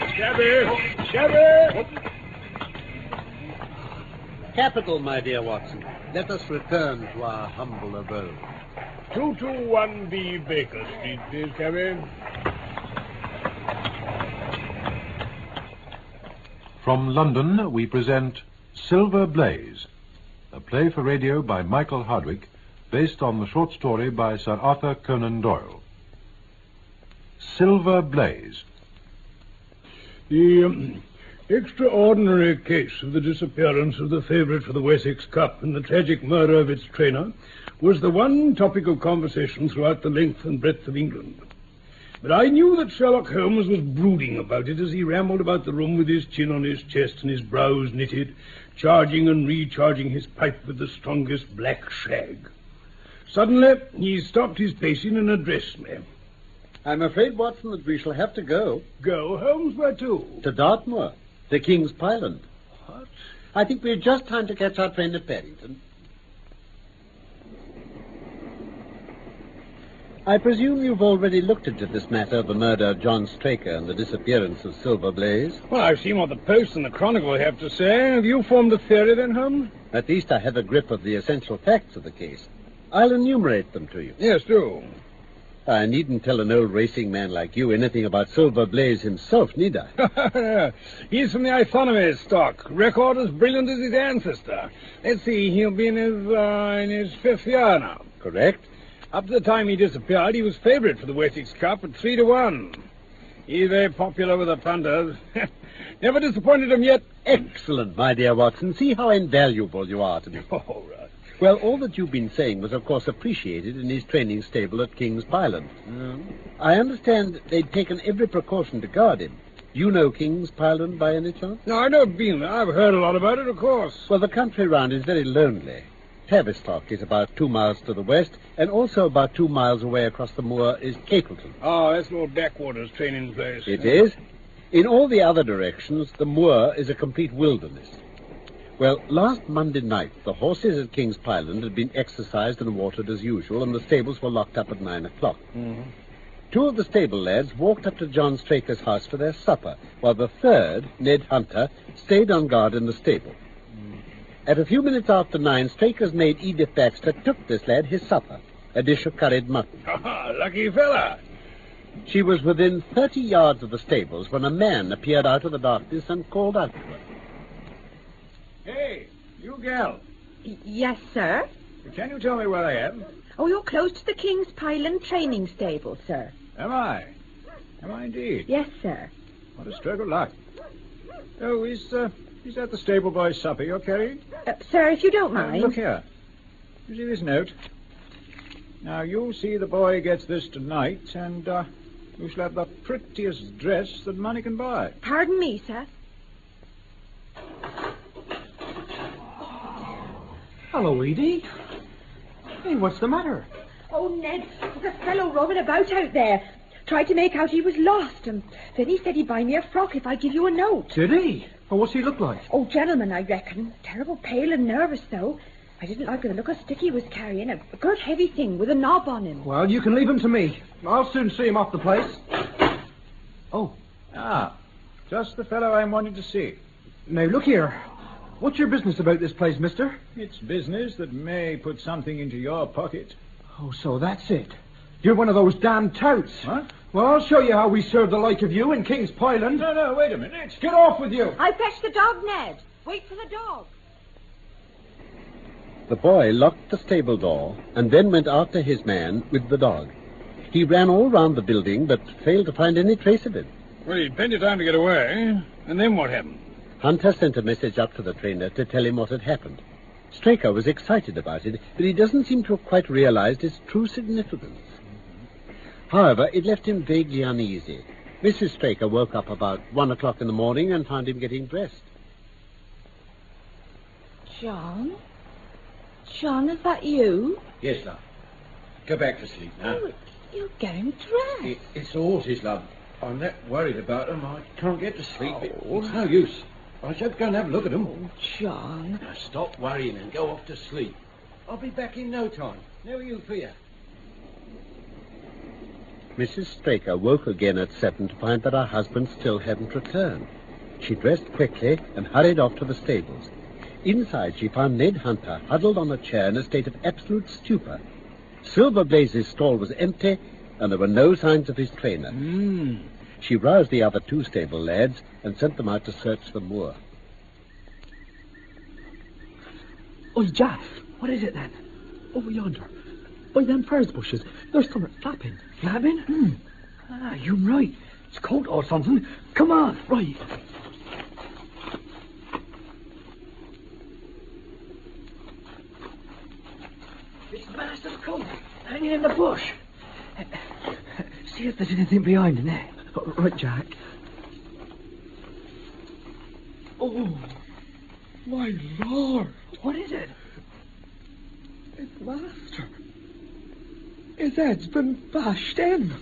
Chevy! Chevy! Capital, my dear Watson. Let us return to our humble abode. 221B Baker Street, please, Chevy. From London, we present Silver Blaze, a play for radio by Michael Hardwick, based on the short story by Sir Arthur Conan Doyle. Silver Blaze. The um, extraordinary case of the disappearance of the favourite for the Wessex Cup and the tragic murder of its trainer was the one topic of conversation throughout the length and breadth of England. But I knew that Sherlock Holmes was brooding about it as he rambled about the room with his chin on his chest and his brows knitted, charging and recharging his pipe with the strongest black shag. Suddenly, he stopped his pacing and addressed me. I'm afraid, Watson, that we shall have to go Go, Holmes, where to? to Dartmoor, to King's Pyland. What? I think we've just time to catch our train at Paddington. I presume you've already looked into this matter of the murder of John Straker and the disappearance of Silver Blaze. Well, I've seen what the Post and the Chronicle have to say. Have you formed a theory then, Holmes? At least I have a grip of the essential facts of the case. I'll enumerate them to you. Yes, do. I needn't tell an old racing man like you anything about Silver Blaze himself, need I? He's from the Ithonomy stock. Record as brilliant as his ancestor. Let's see, he'll be in his, uh, in his fifth year now. Correct? Up to the time he disappeared, he was favourite for the Wessex Cup at three to one. He's very popular with the punters. Never disappointed them yet. Excellent, my dear Watson. See how invaluable you are to me. All right. Well, all that you've been saying was, of course, appreciated in his training stable at King's Pyland. I understand they'd taken every precaution to guard him. You know King's Pyland by any chance? No, I don't been there. I've heard a lot about it, of course. Well, the country round is very lonely. Tavistock is about two miles to the west, and also about two miles away across the moor is Capleton. Oh, that's Lord Blackwater's training place. It is. In all the other directions, the moor is a complete wilderness. Well, last Monday night, the horses at King's Pyland had been exercised and watered as usual, and the stables were locked up at nine o'clock. Two of the stable lads walked up to John Straker's house for their supper, while the third, Ned Hunter, stayed on guard in the stable. At a few minutes after nine, Straker's maid, Edith Baxter, took this lad his supper, a dish of curried mutton. Ah, lucky fella. She was within 30 yards of the stables when a man appeared out of the darkness and called out to her. Hey, you gal, Y- Yes, sir. can you tell me where I am? Oh, you're close to the King's Pyland training stable, sir. Am I? Am I indeed? Yes, sir. What a stroke of luck. Oh, is, uh, is that the stable boy's supper you're carrying? Uh, sir, if you don't Uh, mind. Look here. You see this note? Now, you'll see the boy gets this tonight, and uh, you shall have the prettiest dress that money can buy. Pardon me, sir. Hello, Edie. Hey, what's the matter? Oh, Ned, there's a fellow roaming about out there. Tried to make out he was lost, and then he said he'd buy me a frock if I give you a note. Did he? Well, what's he look like? Oh, gentleman, I reckon. Terrible pale and nervous, though. I didn't like the look of stick he was carrying. A a good heavy thing with a knob on him. Well, you can leave him to me. I'll soon see him off the place. Oh, Ah, just the fellow I'm wanting to see. now look here. What's your business about this place, mister? It's business that may put something into your pocket. Oh, so that's it. You're one of those damn touts. What? Well, I'll show you how we serve the like of you in King's Pyland. No, no, wait a minute. Get off with you! I fetched the dog, Ned. Wait for the dog. The boy locked the stable door and then went after his man with the dog. He ran all round the building but failed to find any trace of him. Well, you plenty of time to get away. And then what happened? Hunter sent a message up to the trainer to tell him what had happened. Straker was excited about it, but he doesn't seem to have quite realized its true significance. However, it left him vaguely uneasy. Mrs. Straker woke up about one o'clock in the morning and found him getting dressed. John? John, is that you? Yes, love. Go back to sleep now. Oh, you're getting dressed. It, it's the horses, love. I'm that worried about them, I can't get to sleep. It- Oh. it's no use. I should go and have a look at them. John. Now stop worrying and go off to sleep. I'll be back in no time. No you fear. Mrs. Straker woke again at seven to find that her husband still hadn't returned. She dressed quickly and hurried off to the stables. Inside, she found Ned Hunter huddled on a chair in a state of absolute stupor. Silver Blaze's stall was empty, and there were no signs of his trainer. She roused the other two stable lads and sent them out to search the moor. Oh, Jaff, what is it then? Over yonder. By them furze bushes. There's something flapping. Flapping? Hmm. Ah, you're right. It's cold or something. Come on. Right. It's Master's coat hanging in the bush. See if there's anything behind in there. Right, Jack. Oh, my lord. What is it? It's Master. His head's been bashed in.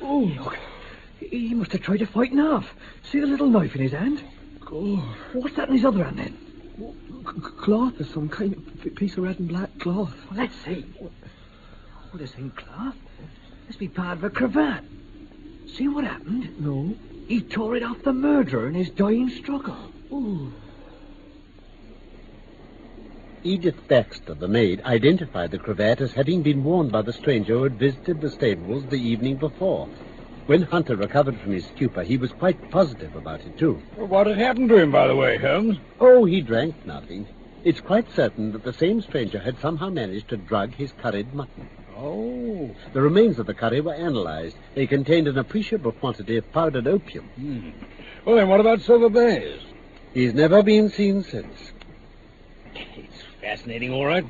Oh, look. He must have tried to fight an off. See the little knife in his hand? God. What's that in his other hand then? Cloth of some kind, p- piece of red and black cloth. Well, let's see. Well, this ain't cloth. This be part of a cravat. See what happened? No. He tore it off the murderer in his dying struggle. Ooh. Edith Baxter, the maid, identified the cravat as having been worn by the stranger who had visited the stables the evening before. When Hunter recovered from his stupor, he was quite positive about it, too. What had happened to him, by the way, Holmes? Oh, he drank nothing. It's quite certain that the same stranger had somehow managed to drug his curried mutton. Oh. The remains of the curry were analyzed. They contained an appreciable quantity of powdered opium. Well, then, what about Silver Blaze? He's never been seen since. It's fascinating, all right.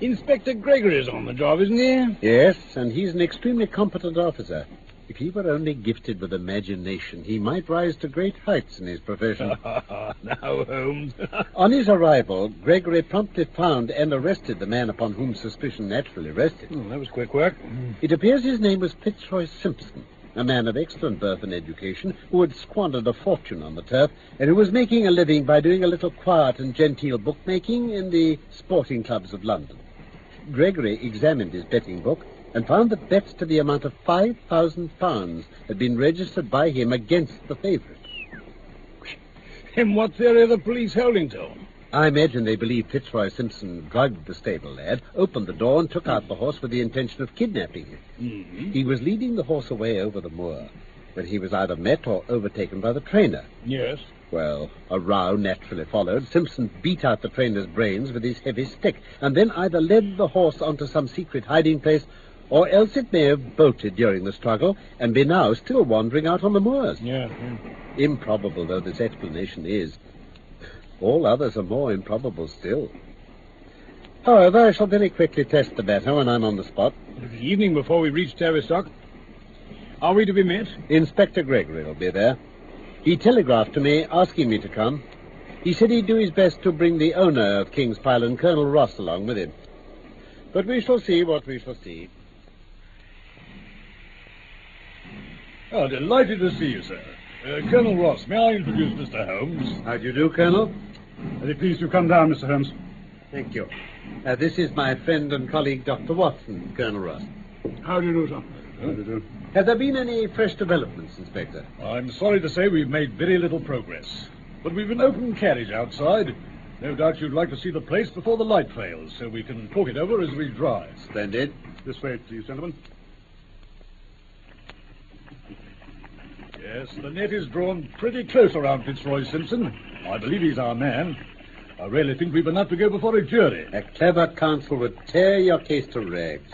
Inspector Gregory's on the job, isn't he? Yes, and he's an extremely competent officer. If he were only gifted with imagination, he might rise to great heights in his Ah. profession. now, Holmes. On his arrival, Gregory promptly found and arrested the man upon whom suspicion naturally rested. Hmm, that was quick work. It appears his name was Fitzroy Simpson, a man of excellent birth and education who had squandered a fortune on the turf and who was making a living by doing a little quiet and genteel bookmaking in the sporting clubs of London. Gregory examined his betting book and found that bets to the amount of £5,000 had been registered by him against the favourite. Then what theory are the police holding to? I imagine they believe Fitzroy Simpson drugged the stable lad, opened the door, and took out the horse with the intention of kidnapping him. He was leading the horse away over the moor when he was either met or overtaken by the trainer. Yes. Well, a row naturally followed. Simpson beat out the trainer's brains with his heavy stick, and then either led the horse onto some secret hiding place, or else it may have bolted during the struggle and be now still wandering out on the moors. Yeah. Improbable though this explanation is, all others are more improbable still. However, I shall very quickly test the matter when I'm on the spot. The evening before we reach Tavistock. Are we to be met? Inspector Gregory will be there. He telegraphed to me asking me to come. He said he'd do his best to bring the owner of King's Pyland, Colonel Ross, along with him. But we shall see what we shall see. Oh, delighted to see you, sir. Uh, Colonel Ross, may I introduce Mr. Holmes? How do you do, Colonel? Are you pleased to come down, Mr. Holmes? Thank you. Uh, this is my friend and colleague, Dr. Watson, Colonel Ross. How do you do, sir? Have there been any fresh developments, Inspector? I'm sorry to say we've made very little progress. But we've an open carriage outside. No doubt you'd like to see the place before the light fails, so we can talk it over as we drive. Splendid. This way, please, gentlemen. Yes, the net is drawn pretty close around Fitzroy Simpson. I believe he's our man. I really think we've enough to go before a jury. A clever counsel would tear your case to rags.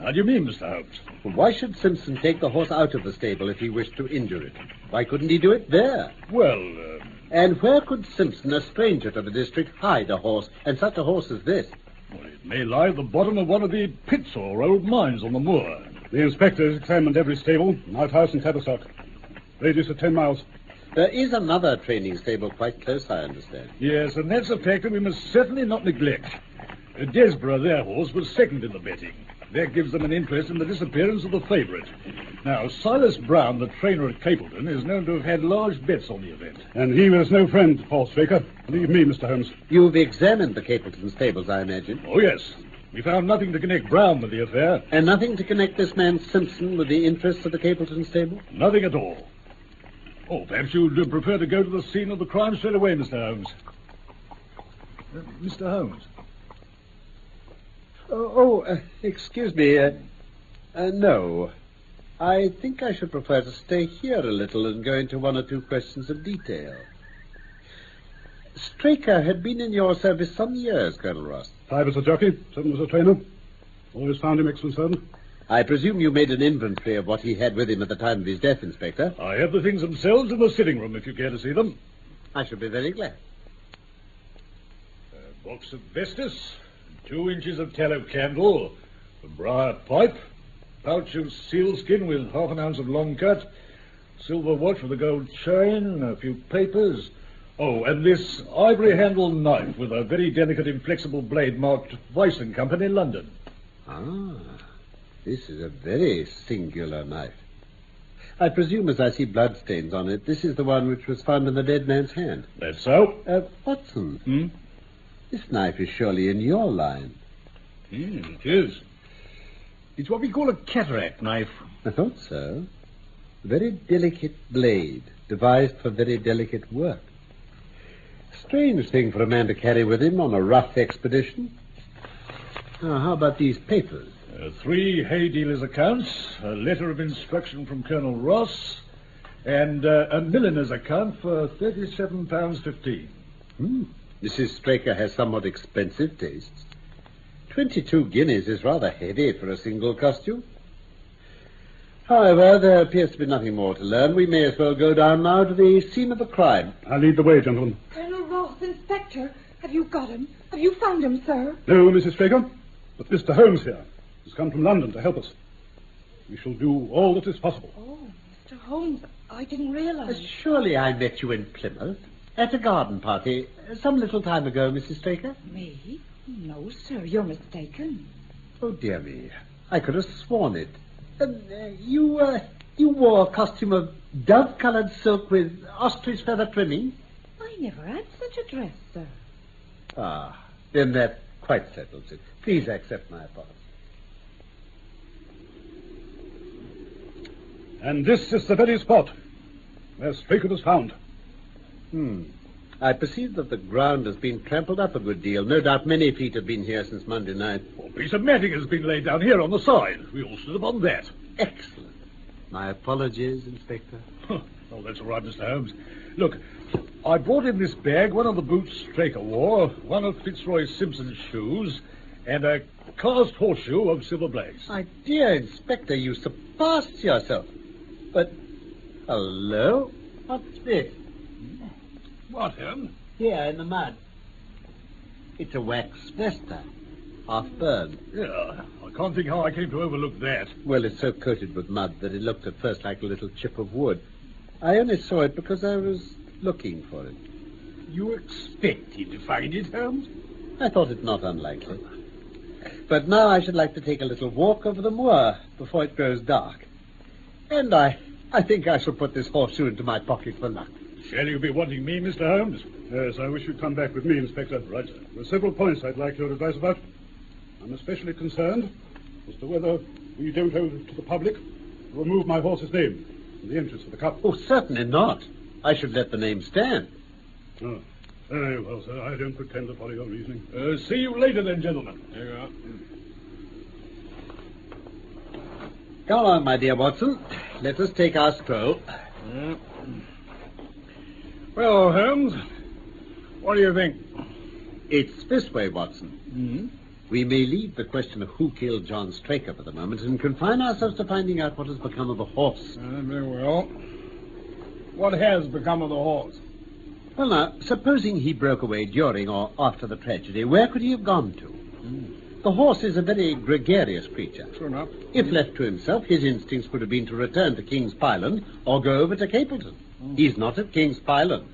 How do you mean, Mr. Holmes? Why should Simpson take the horse out of the stable if he wished to injure it? Why couldn't he do it there? Well, uh, And where could Simpson, a stranger to the district, hide a horse, and such a horse as this? well, it may lie at the bottom of one of the pits or old mines on the moor. The inspectors examined every stable, outhouse, and Tavistock. Radius of ten miles. There is another training stable quite close, I understand. Yes, and that's a factor we must certainly not neglect. Uh, Desborough, their horse, was second in the betting. That gives them an interest in the disappearance of the favourite. Now, Silas Brown, the trainer at Capleton, is known to have had large bets on the event. And he was no friend to Paul Straker. Believe me, Mr. Holmes. You've examined the Capleton stables, I imagine. Oh, yes. We found nothing to connect Brown with the affair. And nothing to connect this man Simpson with the interests of the Capleton stable? Nothing at all. Oh, perhaps you'd uh, prefer to go to the scene of the crime straight away, Mr. Holmes. Uh, Mr. Holmes. Oh, oh uh, excuse me. Uh, uh, no. I think I should prefer to stay here a little and go into one or two questions of detail. Straker had been in your service some years, Colonel Ross. Five as a jockey, seven as a trainer. Always found him excellent servant. I presume you made an inventory of what he had with him at the time of his death, Inspector. I have the things themselves in the sitting room if you care to see them. I should be very glad. A box of Vestas, two inches of tallow candle, a briar pipe, pouch of sealskin with half an ounce of long cut, silver watch with a gold chain, a few papers. Oh, and this ivory handled knife with a very delicate, inflexible blade marked Weiss and Company, London. Ah, this is a very singular knife. I presume, as I see bloodstains on it, this is the one which was found in the dead man's hand. That's so. Uh, Watson, Hmm? this knife is surely in your line. Mm, it is. It's what we call a cataract knife. I thought so. Very delicate blade, devised for very delicate work. Strange thing for a man to carry with him on a rough expedition. Now, how about these papers? Uh, three hay dealers' accounts, a letter of instruction from Colonel Ross, and uh, a milliner's account for £37.15. Hmm. Mrs. Straker has somewhat expensive tastes. Twenty-two guineas is rather heavy for a single costume. However, there appears to be nothing more to learn. We may as well go down now to the scene of the crime. I lead the way, gentlemen. Colonel Ross, Inspector, have you got him? Have you found him, sir? No, Mrs. Straker, but Mr. Holmes here has come from London to help us. We shall do all that is possible. Oh, Mr. Holmes, I didn't realize. Uh, Surely I met you in Plymouth at a garden party some little time ago, Mrs. Straker. Me? No, sir, you're mistaken. Oh, dear me. I could have sworn it. Um, uh, you, uh, you wore a costume of dove-colored silk with ostrich feather trimming. I never had such a dress, sir. Ah, then that quite settles it. Please accept my apology. And this is the very spot where Straker was found. Hmm. I perceive that the ground has been trampled up a good deal. No doubt many feet have been here since Monday night. A piece of matting has been laid down here on the side. We all stood upon that. Excellent. My apologies, Inspector. Huh. Oh, that's all right, Mr. Holmes. Look, I brought in this bag one of the boots Straker wore, one of Fitzroy Simpson's shoes, and a cast horseshoe of Silver Blaze. My dear Inspector, you surpass yourself. But, hello? What's this? What, Holmes? Here in the mud. It's a wax vesta, half burned. Yeah, I can't think how I came to overlook that. Well, it's so coated with mud that it looked at first like a little chip of wood. I only saw it because I was looking for it. You expected to find it, Holmes? I thought it not unlikely. But now I should like to take a little walk over the moor before it grows dark. And I, I think I shall put this horseshoe into my pocket for luck. Shall you be wanting me, Mr. Holmes? Yes, I wish you'd come back with me, Inspector. Right, sir. There are several points I'd like your advice about. I'm especially concerned as to whether we don't owe it to the public to remove my horse's name from the entrance of the cup. Oh, certainly not. I should let the name stand. Oh, very well, sir. I don't pretend to follow your reasoning. Uh, see you later then, gentlemen. There you are. Come along, my dear Watson. Let us take our stroll. Well, Holmes, what do you think? It's this way, Watson. We may leave the question of who killed John Straker for the moment and confine ourselves to finding out what has become of the horse. Uh, very well. What has become of the horse? Well, now, supposing he broke away during or after the tragedy, where could he have gone to? The horse is a very gregarious creature. True enough. If left to himself, his instincts would have been to return to King's Pyland or go over to Capleton. Hmm. He's not at King's Pyland.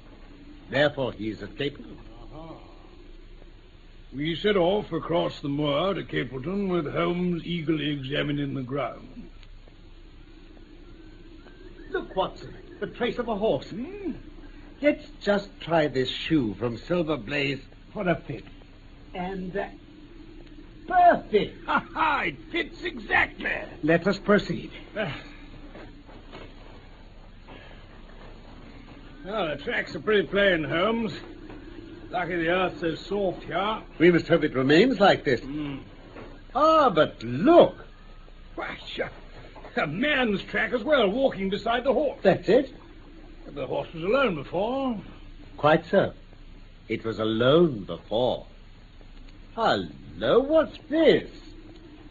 Therefore, he's at Capleton. We set off across the moor to Capleton with Holmes eagerly examining the ground. Look, Watson, the trace of a horse. hmm? Let's just try this shoe from Silver Blaze for a fit. And uh, Perfect. Ha ha! It fits exactly. Let us proceed. Well, the tracks are pretty plain, Holmes. Lucky the earth's so soft here. We must hope it remains like this. Hmm. Ah, but look. Why, sure. A man's track as well, walking beside the horse. That's it. The horse was alone before. Quite so. It was alone before. Hello, what's this?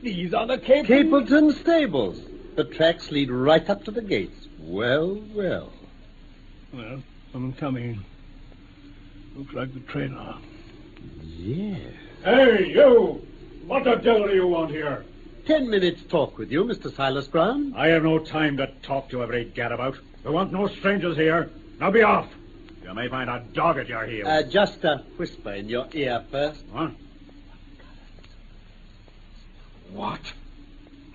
These are the Capel... Capleton Stables. The tracks lead right up to the gates. Well, well. Well, someone coming. Looks like the trainer. Yes. Hey, you! What the devil do you want here? Ten minutes talk with you, Mr. Silas Brown. I have no time to talk to every gadabout. We want no strangers here. Now be off. You may find a dog at your heels. Uh, just a whisper in your ear first. Huh? What?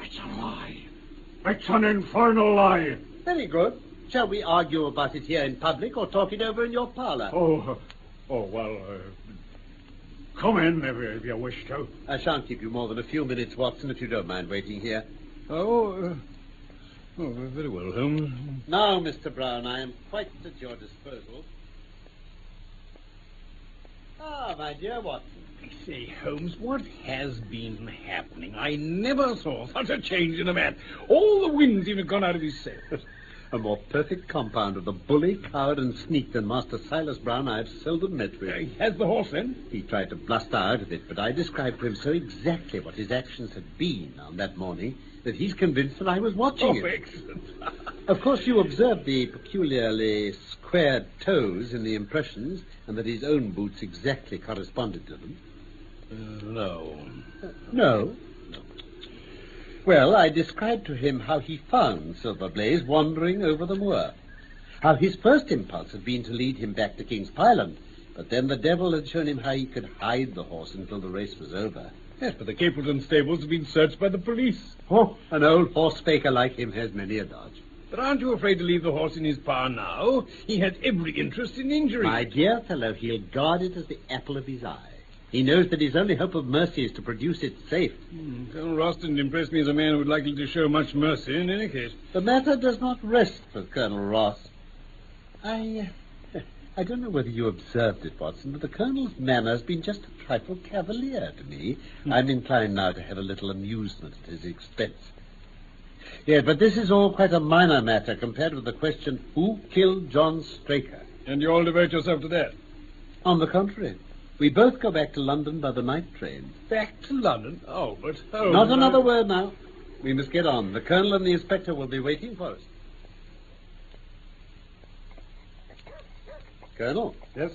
It's a lie. It's an infernal lie. Very good. Shall we argue about it here in public or talk it over in your parlor? Oh, oh well, uh, come in if, if you wish to. I shan't keep you more than a few minutes, Watson, if you don't mind waiting here. Oh, uh, oh, very well, Holmes. Now, Mr. Brown, I am quite at your disposal. Ah, my dear Watson. Say, Holmes, what has been happening? I never saw such a change in a man. All the wind seemed to have gone out of his sails. A more perfect compound of the bully, coward, and sneak than Master Silas Brown I have seldom met with. Uh, he has the horse, then? He tried to bluster out of it, but I described to him so exactly what his actions had been on that morning that he's convinced that I was watching Oh, him. excellent. Of course, you observed the peculiarly squared toes in the impressions, and that his own boots exactly corresponded to them. Uh, no. No. Well, I described to him how he found Silver Blaze wandering over the moor. How his first impulse had been to lead him back to King's Pyland, but then the devil had shown him how he could hide the horse until the race was over. Yes, but the Capleton stables have been searched by the police. Oh, an old horse faker like him has many a dodge. But aren't you afraid to leave the horse in his power now? He has every interest in injury. My dear fellow, he'll guard it as the apple of his eye. He knows that his only hope of mercy is to produce it safe. Hmm, Colonel Ross didn't impress me as a man who would likely to show much mercy in any case. The matter does not rest with Colonel Ross. I. uh, I don't know whether you observed it, Watson, but the Colonel's manner has been just a trifle cavalier to me. I'm inclined now to have a little amusement at his expense. Yes, but this is all quite a minor matter compared with the question who killed John Straker? And you all devote yourself to that. On the contrary, we both go back to London by the night train. Back to London? Oh, but Holmes. Not I- another word now. We must get on. The colonel and the inspector will be waiting for us. Colonel, Yes?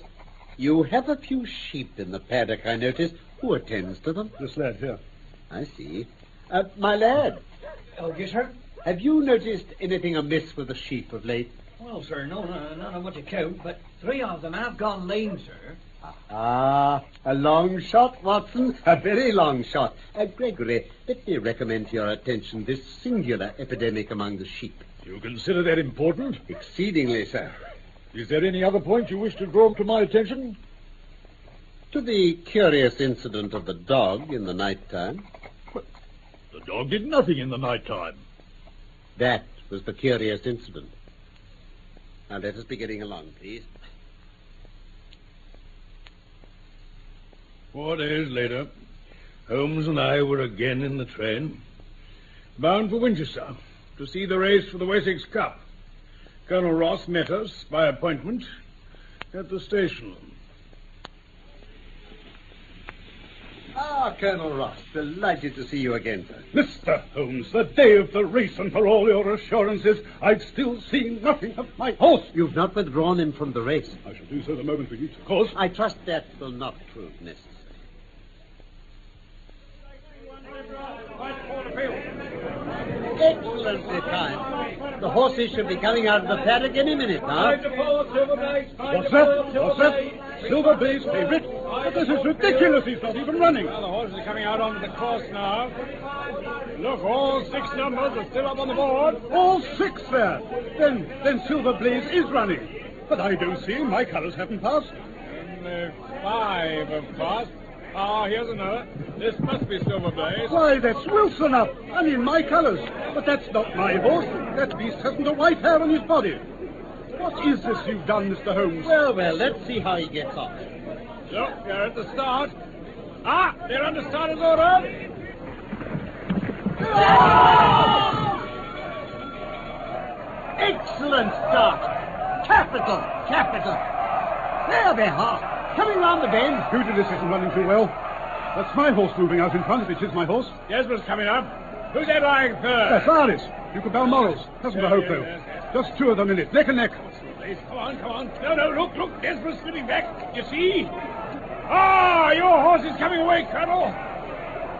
you have a few sheep in the paddock, I notice. Who attends to them? This lad here. I see. Uh, my lad, Oh, yes, sir? have you noticed anything amiss with the sheep of late? Well, sir, no, no, none of what you count, but three of them have gone lame, sir. Ah, a long shot, Watson. A very long shot. Uh, Gregory, let me recommend to your attention this singular epidemic among the sheep. You consider that important? Exceedingly so. Is there any other point you wish to draw to my attention? To the curious incident of the dog in the night time, The dog did nothing in the night time. that was the curious incident. Now let us be getting along, please. Four days later, Holmes and I were again in the train, bound for Winchester to see the race for the Wessex Cup. Colonel Ross met us by appointment at the station. Ah, Colonel Ross, delighted to see you again, sir. Mr. Holmes, the day of the race, and for all your assurances, I've still seen nothing of my horse. You've not withdrawn him from the race. I shall do so the moment we reach the course. I trust that will not prove necessary. Excellently timed. The horses should be coming out of the paddock any minute now. What's that? What's that? Silver Bay's favorite? But this is ridiculous. He's not even running. Well, the horses are coming out onto the course now. Look, all six numbers are still up on the board. All six there. Then, then Silver Blaze is running. But I don't see him. My colors haven't passed. And, uh, five have passed. Ah, here's another. This must be Silverblaze. Why, that's Wilson up, and in my colours. But that's not my horse. That beast hasn't a white hair on his body. What is this you've done, Mr. Holmes? Well, well, let's see how he gets on. Look, they're at the start. Ah, they're under starter's order. Excellent start. Capital, capital. There they are, coming round the bend. Who this isn't running too well? That's my horse moving out in front, if it is my horse. Desmond's coming up. Who's that lying third? That's Aris, Duke of Balmoral's, cousin to Yeah, yeah, Hopewell. yes, Just two of them in it, neck and neck. Please, come on, come on. No, no, look, look. Desmond's slipping back. You see? Ah, your horse is coming away, Colonel.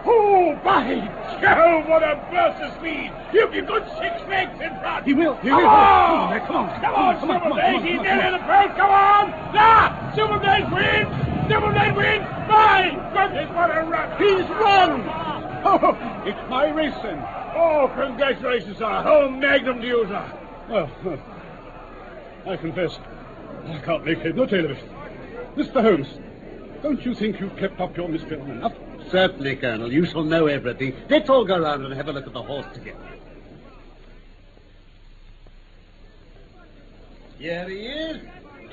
Oh, by Jove, what a burst of speed. You've got six legs in front. He will, he Come will. on. Come on, come on. Come on, Come on, come on, Silverblaze. come on, He's come there on. in the front. Come on. Ah, Silverblaze wins. Silverblaze wins. My goodness, what a run. He's won. Oh, it's my race then. Oh, congratulations, sir. Oh, magnum to you, sir. Well, well, I confess, I can't make head nor tail of it. Mr. Holmes, don't you think you've kept up your misfit long enough? Certainly, Colonel. You shall know everything. Let's all go round and have a look at the horse together. Here he is.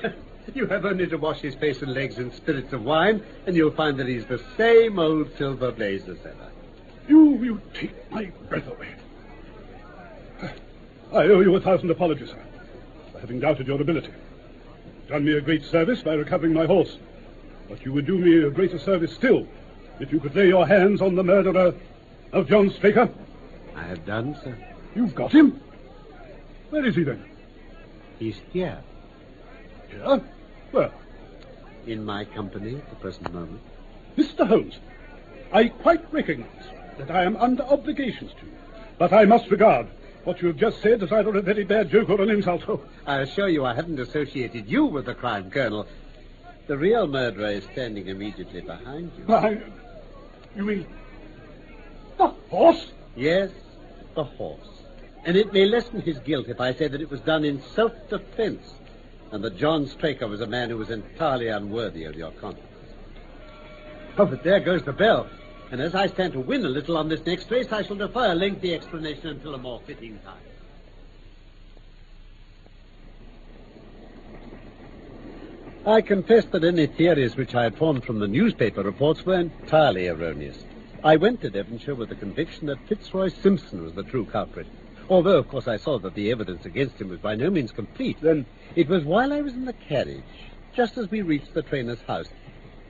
you have only to wash his face and legs in spirits of wine, and you'll find that he's the same old silver blaze as ever. You, you take my breath away. I owe you a thousand apologies, sir, for having doubted your ability. You've done me a great service by recovering my horse, but you would do me a greater service still if you could lay your hands on the murderer of John Straker. I have done so. You've got him. Where is he then? He's here, Here? Where? in my company at the present moment. Mr. Holmes, I quite recognize that I am under obligations to you, but I must regard what you have just said as either a very bad joke or an insult. Oh, I assure you I haven't associated you with the crime, Colonel. The real murderer is standing immediately behind you. I, you mean the horse? Yes, the horse. And it may lessen his guilt if I say that it was done in self defense and that John Straker was a man who was entirely unworthy of your confidence. Oh, but there goes the bell. And as I stand to win a little on this next race, I shall defer a lengthy explanation until a more fitting time. I confess that any theories which I had formed from the newspaper reports were entirely erroneous. I went to Devonshire with the conviction that Fitzroy Simpson was the true culprit, although, of course, I saw that the evidence against him was by no means complete. Then it was while I was in the carriage, just as we reached the trainer's house,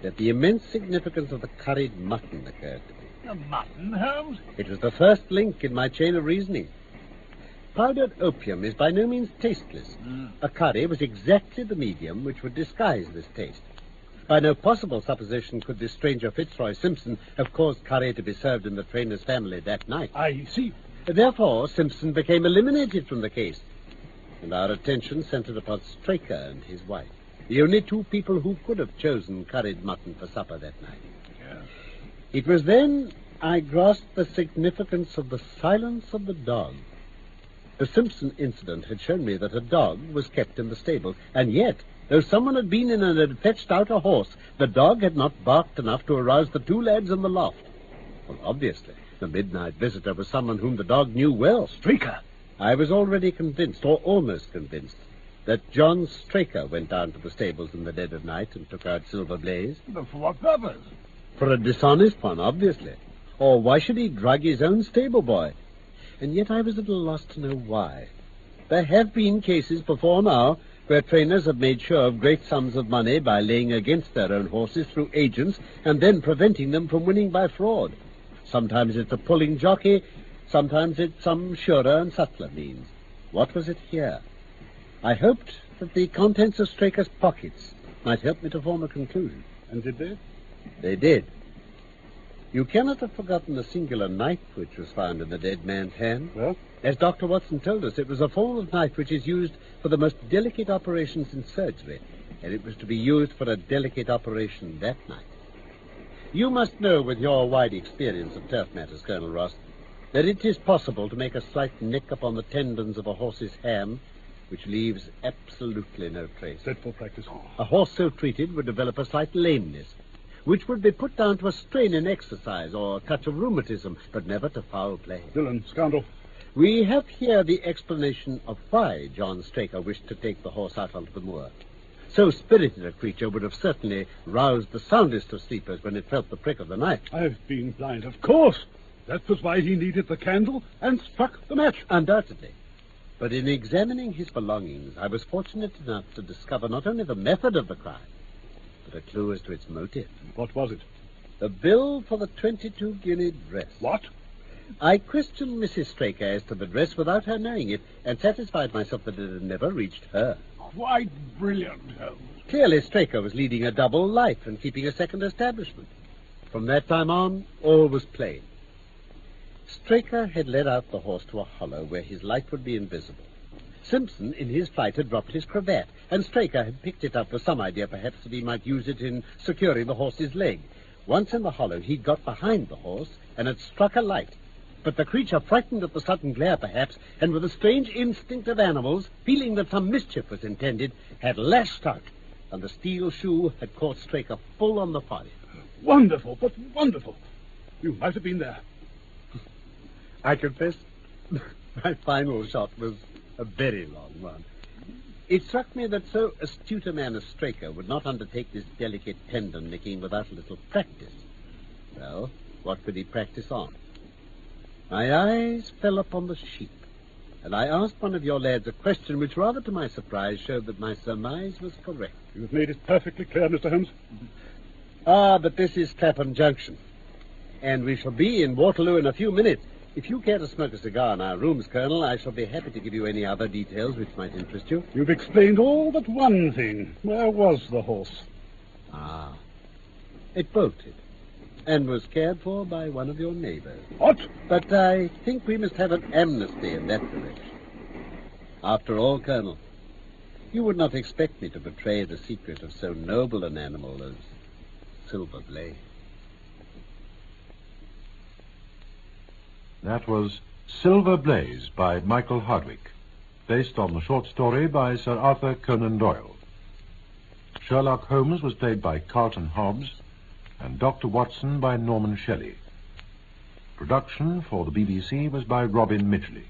that the immense significance of the curried mutton occurred to me. The mutton, Holmes? It was the first link in my chain of reasoning. Powdered opium is by no means tasteless. Mm. A curry was exactly the medium which would disguise this taste. By no possible supposition could this stranger Fitzroy Simpson have caused curry to be served in the trainer's family that night. I see. Therefore, Simpson became eliminated from the case, and our attention centered upon Straker and his wife, the only two people who could have chosen curried mutton for supper that night. It was then I grasped the significance of the silence of the dog. The Simpson incident had shown me that a dog was kept in the stable, and yet, though someone had been in and had fetched out a horse, the dog had not barked enough to arouse the two lads in the loft. Well, obviously, the midnight visitor was someone whom the dog knew well. Straker! I was already convinced, or almost convinced, that John Straker went down to the stables in the dead of night and took out Silver Blaze. But for what purpose? For a dishonest one, obviously. Or why should he drug his own stable boy? And yet I was at a loss to know why. There have been cases before now where trainers have made sure of great sums of money by laying against their own horses through agents and then preventing them from winning by fraud. Sometimes it's a pulling jockey, sometimes it's some surer and subtler means. What was it here? I hoped that the contents of Straker's pockets might help me to form a conclusion. And did they? They did. You cannot have forgotten the singular knife which was found in the dead man's hand. Well? As Dr. Watson told us, it was a form of knife which is used for the most delicate operations in surgery, and it was to be used for a delicate operation that night. You must know, with your wide experience of turf matters, Colonel Ross, that it is possible to make a slight nick upon the tendons of a horse's ham which leaves absolutely no trace. Dreadful practice. Oh, A horse so treated would develop a slight lameness, which would be put down to a strain in exercise or a touch of rheumatism, but never to foul play. Villain, scoundrel. We have here the explanation of why John Straker wished to take the horse out onto the moor. So spirited a creature would have certainly roused the soundest of sleepers when it felt the prick of the knife. I've been blind, of course. That was why he needed the candle and struck the match. Undoubtedly. But in examining his belongings, I was fortunate enough to discover not only the method of the crime, but a clue as to its motive. What was it? The bill for the 22 guinea dress. What? I questioned Mrs. Straker as to the dress without her knowing it, and satisfied myself that it had never reached her. Quite brilliant, Holmes. Clearly, Straker was leading a double life and keeping a second establishment. From that time on, all was plain. Straker had led out the horse to a hollow where his light would be invisible. Simpson, in his flight, had dropped his cravat, and Straker had picked it up with some idea, perhaps, that he might use it in securing the horse's leg. Once in the hollow, he'd got behind the horse and had struck a light. But the creature, frightened at the sudden glare, perhaps, and with the strange instinct of animals, feeling that some mischief was intended, had lashed out, and the steel shoe had caught Straker full on the forehead. Wonderful, but wonderful. You might have been there. I confess, my final shot was a very long one. It struck me that so astute a man as Straker would not undertake this delicate tendon nicking without a little practice. Well, what could he practice on? My eyes fell upon the sheep, and I asked one of your lads a question which, rather to my surprise, showed that my surmise was correct. You've made it perfectly clear, Mr. Holmes. Ah, but this is Clapham Junction, and we shall be in Waterloo in a few minutes. If you care to smoke a cigar in our rooms, Colonel, I shall be happy to give you any other details which might interest you. You've explained all but one thing. Where was the horse? Ah. It bolted and was cared for by one of your neighbors. What? But I think we must have an amnesty in that direction. After all, Colonel, you would not expect me to betray the secret of so noble an animal as Silver Blade. That was Silver Blaze by Michael Hardwick, based on the short story by Sir Arthur Conan Doyle. Sherlock Holmes was played by Carlton Hobbs and Dr. Watson by Norman Shelley. Production for the BBC was by Robin Midgley.